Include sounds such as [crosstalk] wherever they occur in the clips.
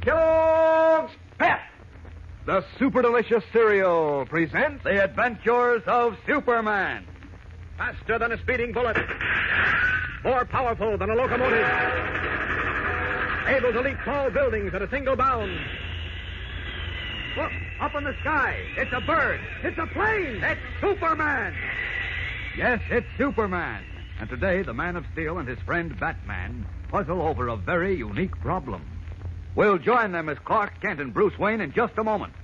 Kellogg's Pep, the super delicious cereal, presents The Adventures of Superman. Faster than a speeding bullet, more powerful than a locomotive, able to leap tall buildings at a single bound. Look, up in the sky, it's a bird, it's a plane, it's Superman. Yes, it's Superman. And today, the Man of Steel and his friend Batman puzzle over a very unique problem. We'll join them as Clark Kent and Bruce Wayne in just a moment.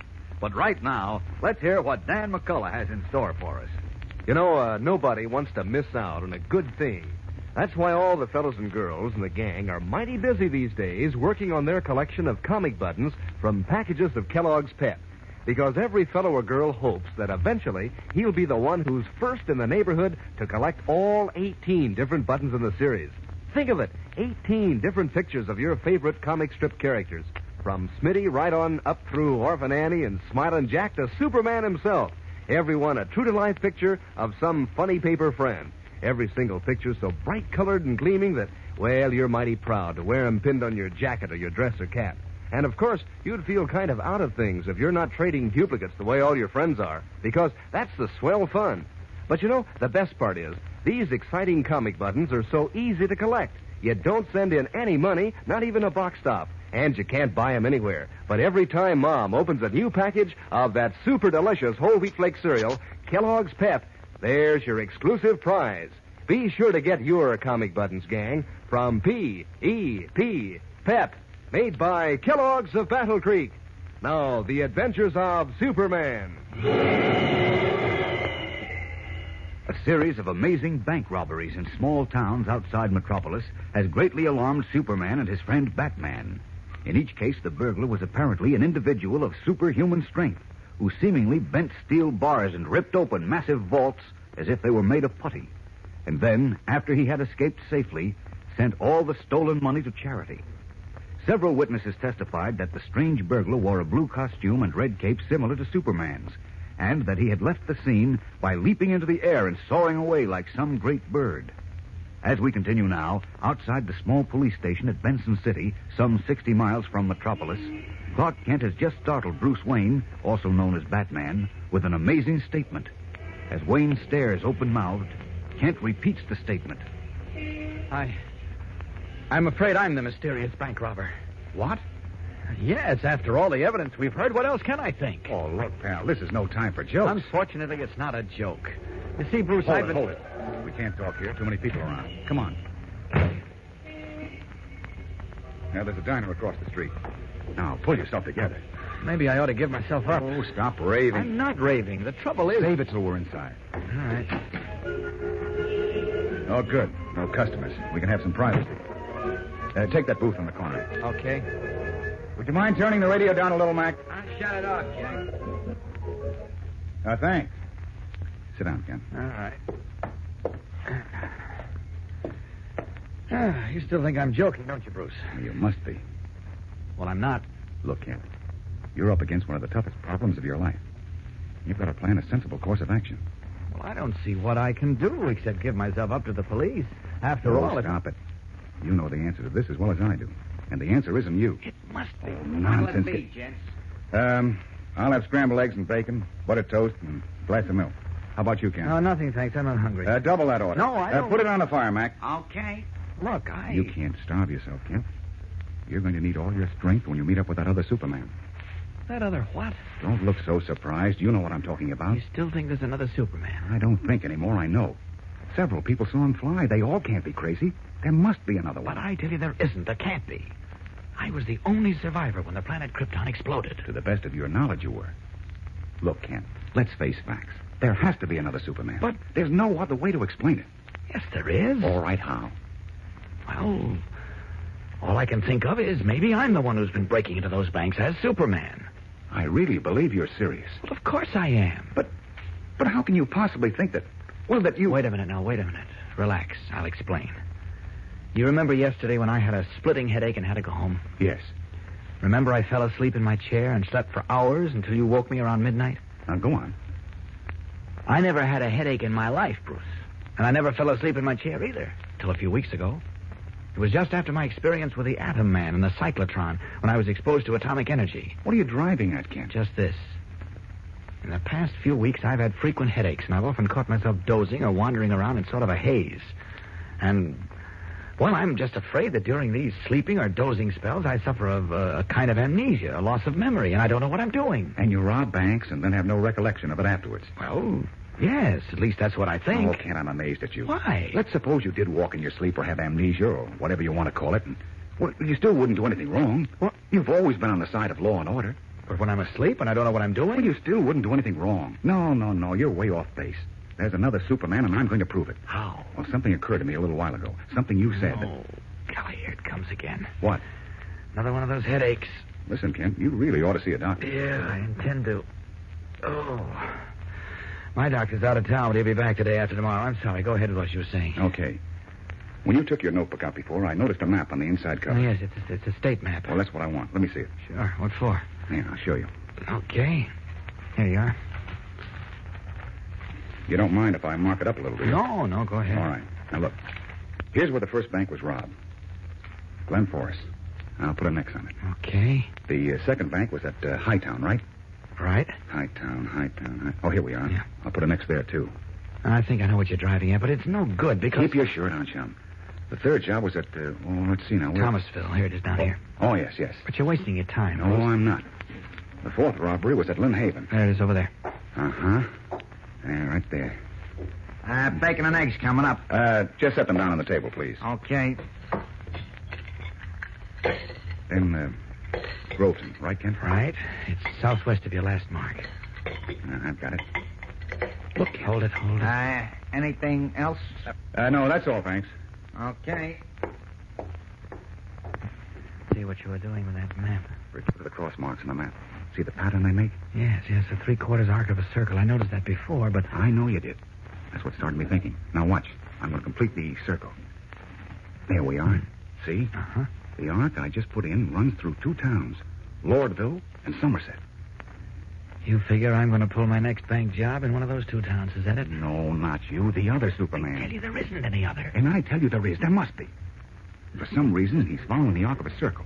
But right now, let's hear what Dan McCullough has in store for us. You know, uh, nobody wants to miss out on a good thing. That's why all the fellows and girls in the gang are mighty busy these days working on their collection of comic buttons from packages of Kellogg's Pet. Because every fellow or girl hopes that eventually he'll be the one who's first in the neighborhood to collect all 18 different buttons in the series. Think of it 18 different pictures of your favorite comic strip characters. From Smitty right on up through Orphan Annie and Smiling Jack to Superman himself. Everyone a true to life picture of some funny paper friend. Every single picture so bright colored and gleaming that, well, you're mighty proud to wear 'em pinned on your jacket or your dress or cap. And of course, you'd feel kind of out of things if you're not trading duplicates the way all your friends are, because that's the swell fun. But you know, the best part is, these exciting comic buttons are so easy to collect. You don't send in any money, not even a box stop. And you can't buy 'em anywhere. But every time Mom opens a new package of that super delicious whole wheat flake cereal, Kellogg's Pep, there's your exclusive prize. Be sure to get your comic buttons, gang, from P E P Pep, made by Kellogg's of Battle Creek. Now, the adventures of Superman. A series of amazing bank robberies in small towns outside Metropolis has greatly alarmed Superman and his friend Batman. In each case, the burglar was apparently an individual of superhuman strength who seemingly bent steel bars and ripped open massive vaults as if they were made of putty. And then, after he had escaped safely, sent all the stolen money to charity. Several witnesses testified that the strange burglar wore a blue costume and red cape similar to Superman's, and that he had left the scene by leaping into the air and soaring away like some great bird. As we continue now, outside the small police station at Benson City, some 60 miles from Metropolis, Clark Kent has just startled Bruce Wayne, also known as Batman, with an amazing statement. As Wayne stares open mouthed, Kent repeats the statement. I. I'm afraid I'm the mysterious bank robber. What? Yes, after all the evidence we've heard, what else can I think? Oh, look, pal, this is no time for jokes. Unfortunately, it's not a joke. You see, Bruce, Hold I've it, been. hold it. We can't talk here. Too many people around. Come on. Now, there's a diner across the street. Now, pull yourself together. Maybe I ought to give myself up. Oh, stop raving. I'm not raving. The trouble is. Save it till we're inside. All right. Oh, good. No customers. We can have some privacy. Uh, take that booth on the corner. Okay. Would you mind turning the radio down a little, Mac? I'll shut it off, Jack. Uh, thanks. Sit down, Ken. All right. [sighs] Ah, You still think I'm joking, don't you, Bruce? You must be. Well, I'm not. Look, Kent, you're up against one of the toughest problems of your life. You've got to plan a sensible course of action. Well, I don't see what I can do except give myself up to the police. After Oh, all, it, stop it. You know the answer to this as well as I do. And the answer isn't you. it must be. Oh, nonsense. Let me, gents. Um, I'll have scrambled eggs and bacon, butter toast, and a glass of milk. How about you, Ken? No, Oh, nothing, thanks. I'm not hungry. uh, double that order. No, I Uh, don't- put it on the fire, Mac. Okay. Look, I. You can't starve yourself, Kent. You're going to need all your strength when you meet up with that other Superman. That other what? Don't look so surprised. You know what I'm talking about. You still think there's another Superman? I don't think anymore. I know. Several people saw him fly. They all can't be crazy. There must be another one. But I tell you, there isn't. There can't be. I was the only survivor when the planet Krypton exploded. To the best of your knowledge, you were. Look, Kent, let's face facts. There has to be another Superman. But- there's no other way to explain it. Yes, there is. All right, how? Well, All I can think of is maybe I'm the one who's been breaking into those banks as Superman. I really believe you're serious. Well, of course I am. But, but how can you possibly think that? Well, that you. Wait a minute now, wait a minute. Relax. I'll explain. You remember yesterday when I had a splitting headache and had to go home? Yes. Remember I fell asleep in my chair and slept for hours until you woke me around midnight? Now go on. I never had a headache in my life, Bruce. And I never fell asleep in my chair either, till a few weeks ago. It was just after my experience with the Atom Man and the cyclotron when I was exposed to atomic energy. What are you driving at, Kent? Just this. In the past few weeks, I've had frequent headaches, and I've often caught myself dozing or wandering around in sort of a haze. And, well, I'm just afraid that during these sleeping or dozing spells, I suffer of uh, a kind of amnesia, a loss of memory, and I don't know what I'm doing. And you rob banks and then have no recollection of it afterwards. Well, yes, at least that's what I think. Oh, Kent, I'm amazed at you. Why? Let's suppose you did walk in your sleep or have amnesia or whatever you want to call it, and well, you still wouldn't do anything wrong. Well, you've always been on the side of law and order. But when I'm asleep and I don't know what I'm Well, doing, you still wouldn't do anything wrong. No, no, no. You're way off base. There's another Superman, and I'm going to prove it. How? Well, something occurred to me a little while ago. Something you said. Oh, golly, here it comes again. What? Another one of those headaches. Listen, Kent, you really ought to see a doctor. Yeah, I intend to. Oh. My doctor's out of town, but he'll be back today after tomorrow. I'm sorry. Go ahead with what you were saying. Okay. When you took your notebook out before, I noticed a map on the inside Oh, cover. yes, it's, it's a state map. Well, that's what I want. Let me see it. Sure. What for? Here, I'll show you. Okay. Here you are. You don't mind if I mark it up a little bit? No, no, go ahead. All right. Now, look. Here's where the first bank was robbed Glen Forest. I'll put an X on it. Okay. The uh, second bank was at uh, Hightown, right? Right. Hightown, Hightown. High... Oh, here we are. Yeah. I'll put an X there, too. I think I know what you're driving at, but it's no good because. Keep your shirt on, chum. The third job was at, uh, oh, let's see now. where- Thomasville. Here it is down here. Oh, yes, yes. But you're wasting your time. No, I'm not. The fourth robbery was at Lynn Haven. There it is over there. Uh huh. Yeah, right there. Uh, bacon and eggs coming up. Uh, just set them down on the table, please. Okay. Then, uh, Groveton, right, Kent? Right. It's southwest of your last mark. Uh, I've got it. Look. Hold it, hold it. Uh, anything else? Uh, no, that's all, thanks. Okay. See what you were doing with that map. Look at the cross marks on the map. See the pattern they make? Yes, yes, the three quarters arc of a circle. I noticed that before, but. I know you did. That's what started me thinking. Now, watch. I'm going to complete the circle. There we are. See? Uh Uh-huh. huh. The arc I just put in runs through two towns Lordville and Somerset. You figure I'm going to pull my next bank job in one of those two towns, is that it? Mm. No, not you. The other Superman. I tell you, there isn't any other. And I tell you there is. There must be. For some reason, he's following the arc of a circle.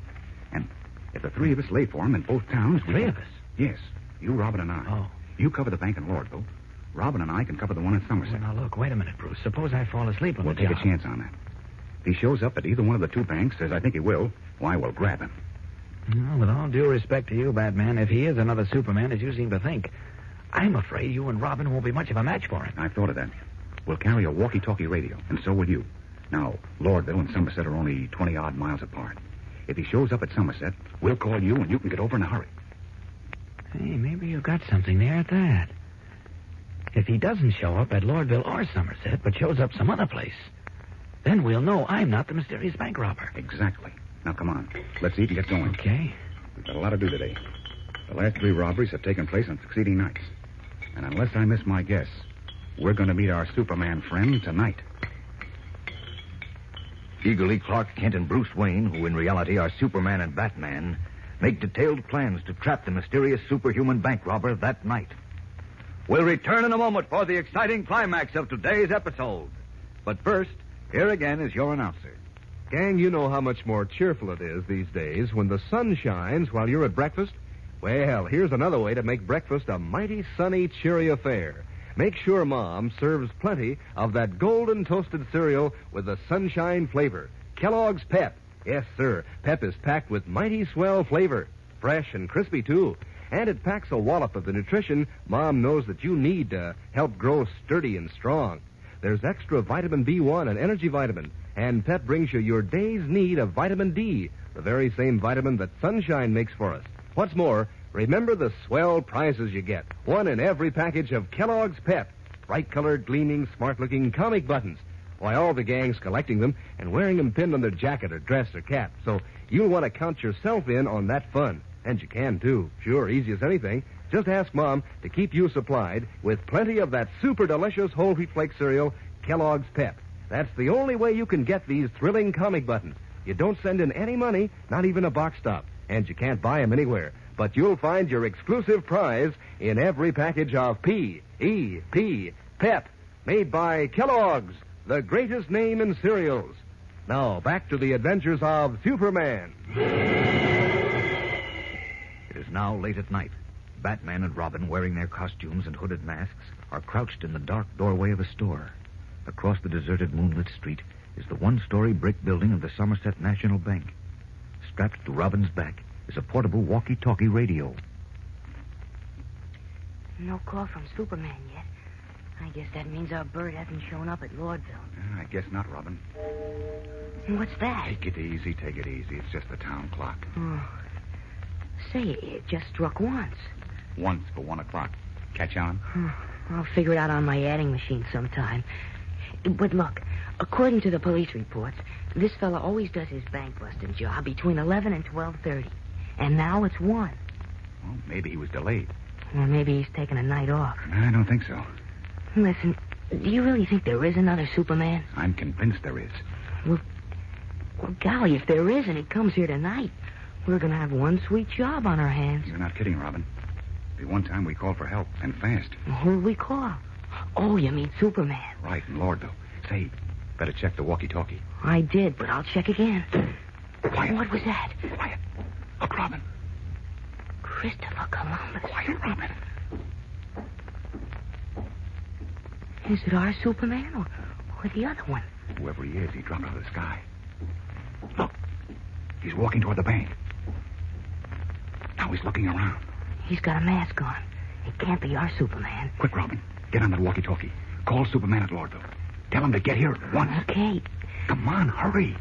And if the three of us lay for him in both towns... we- Three of us? Yes. You, Robin, and I. Oh. You cover the bank in Lordville. Robin and I can cover the one in Well, Somerset. now, look, wait a minute, Bruce. Suppose I fall asleep on we'll the take job. a chance on that. If he shows up at either one of the two banks, as I think he will, why, we'll grab him. No, with all due respect to you, Batman, if he is another Superman, as you seem to think, I'm afraid you and Robin won't be much of a match for him. I've thought of that. We'll carry a walkie-talkie radio, and so will you. Now, Lordville and Somerset are only 20-odd miles apart. If he shows up at Somerset, we'll call you, and you can get over in a hurry. Hey, maybe you've got something there at that. If he doesn't show up at Lordville or Somerset, but shows up some other place, then we'll know I'm not the mysterious bank robber. Exactly. Now, come on. Let's eat and get going. Okay. We've got a lot to do today. The last three robberies have taken place on succeeding nights. And unless I miss my guess, we're going to meet our Superman friend tonight. Eagerly, Clark Kent and Bruce Wayne, who in reality are Superman and Batman, make detailed plans to trap the mysterious superhuman bank robber that night. We'll return in a moment for the exciting climax of today's episode. But first, here again is your announcer. Gang, you know how much more cheerful it is these days when the sun shines while you're at breakfast? Well, here's another way to make breakfast a mighty sunny, cheery affair. Make sure Mom serves plenty of that golden toasted cereal with the sunshine flavor. Kellogg's Pep. Yes, sir. Pep is packed with mighty swell flavor. Fresh and crispy, too. And it packs a wallop of the nutrition Mom knows that you need to help grow sturdy and strong. There's extra vitamin B1 and energy vitamin, and Pep brings you your day's need of vitamin D, the very same vitamin that sunshine makes for us. What's more, remember the swell prizes you get one in every package of Kellogg's Pep bright colored, gleaming, smart looking comic buttons. Why, all the gang's collecting them and wearing them pinned on their jacket or dress or cap. So you'll want to count yourself in on that fun. And you can, too. Sure, easy as anything. Just ask Mom to keep you supplied with plenty of that super delicious whole wheat flake cereal, Kellogg's Pep. That's the only way you can get these thrilling comic buttons. You don't send in any money, not even a box stop, and you can't buy 'em anywhere. But you'll find your exclusive prize in every package of P E P Pep, made by Kellogg's, the greatest name in cereals. Now back to the adventures of Superman. It is now late at night. Batman and Robin, wearing their costumes and hooded masks, are crouched in the dark doorway of a store. Across the deserted moonlit street is the one story brick building of the Somerset National Bank. Strapped to Robin's back is a portable walkie talkie radio. No call from Superman yet. I guess that means our bird hasn't shown up at Lordville. I guess not, Robin. And What's that? Take it easy, take it easy. It's just the town clock. Oh. Say, it just struck once. Once for one o'clock. Catch on? I'll figure it out on my adding machine sometime. But look, according to the police reports, this fella always does his bank busting job between 11 and 12.30. And now it's 1. Well, maybe he was delayed. Or maybe he's taking a night off. I don't think so. Listen, do you really think there is another Superman? I'm convinced there is. Well, golly, if there is and he comes here tonight, we're going to have one sweet job on our hands. You're not kidding, Robin. The one time we called for help, and fast. Who we call? Oh, you mean Superman. Right, and Lord, though. Say, better check the walkie talkie. I did, but I'll check again. Quiet. What was that? Quiet. Look, Robin. Christopher Columbus. Quiet, Robin. Is it our Superman or, or the other one? Whoever he is, he dropped out of the sky. Look. He's walking toward the bank. Now he's looking around. He's got a mask on. It can't be our Superman. Quick, Robin. Get on that walkie talkie. Call Superman at Lord, though. Tell him to get here at once. Okay, Come on, hurry.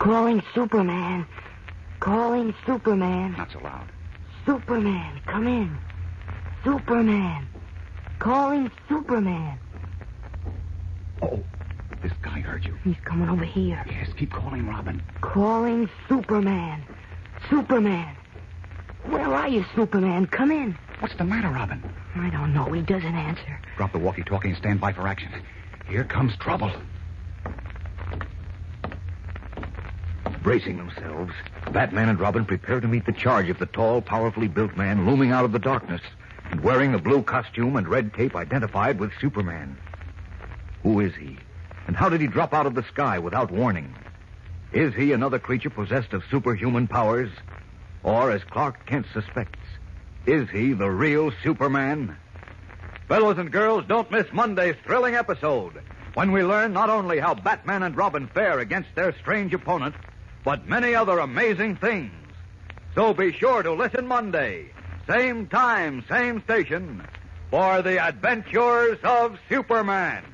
calling Superman. Calling Superman. Not so loud. Superman, come in. Superman. Calling Superman. Oh, this guy heard you. He's coming over here. Yes, keep calling, Robin. Calling Superman. Superman. Where are you, Superman? Come in. What's the matter, Robin? I don't know. He doesn't answer. Drop the walkie talkie and stand by for action. Here comes trouble. Bracing themselves, Batman and Robin prepare to meet the charge of the tall, powerfully built man looming out of the darkness and wearing the blue costume and red cape identified with Superman. Who is he? And how did he drop out of the sky without warning? Is he another creature possessed of superhuman powers? Or, as Clark Kent suspects, is he the real Superman? Fellows and girls, don't miss Monday's thrilling episode when we learn not only how Batman and Robin fare against their strange opponent, but many other amazing things. So be sure to listen Monday, same time, same station, for the adventures of Superman.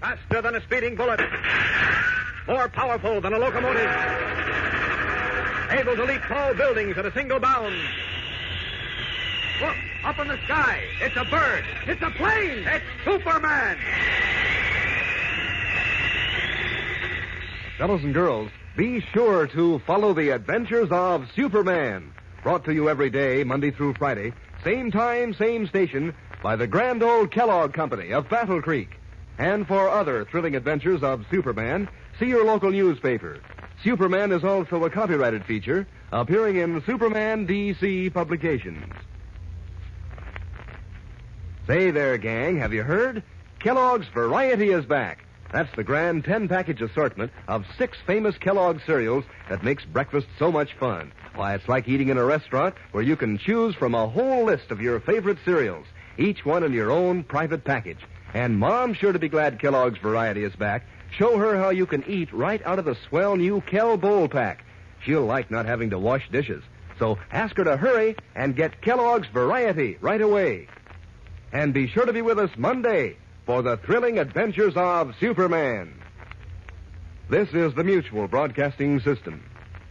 Faster than a speeding bullet. More powerful than a locomotive. Able to leap tall buildings at a single bound. Look, up in the sky. It's a bird. It's a plane. It's Superman. Fellows and girls, be sure to follow the adventures of Superman. Brought to you every day, Monday through Friday, same time, same station, by the grand old Kellogg Company of Battle Creek. And for other thrilling adventures of Superman, see your local newspaper. Superman is also a copyrighted feature appearing in Superman DC publications. Say there, gang, have you heard? Kellogg's Variety is back. That's the grand 10 package assortment of six famous Kellogg cereals that makes breakfast so much fun. Why, it's like eating in a restaurant where you can choose from a whole list of your favorite cereals, each one in your own private package. And Mom's sure to be glad Kellogg's Variety is back. Show her how you can eat right out of the swell new Kell Bowl pack. She'll like not having to wash dishes. So ask her to hurry and get Kellogg's Variety right away. And be sure to be with us Monday for the thrilling adventures of Superman. This is the Mutual Broadcasting System.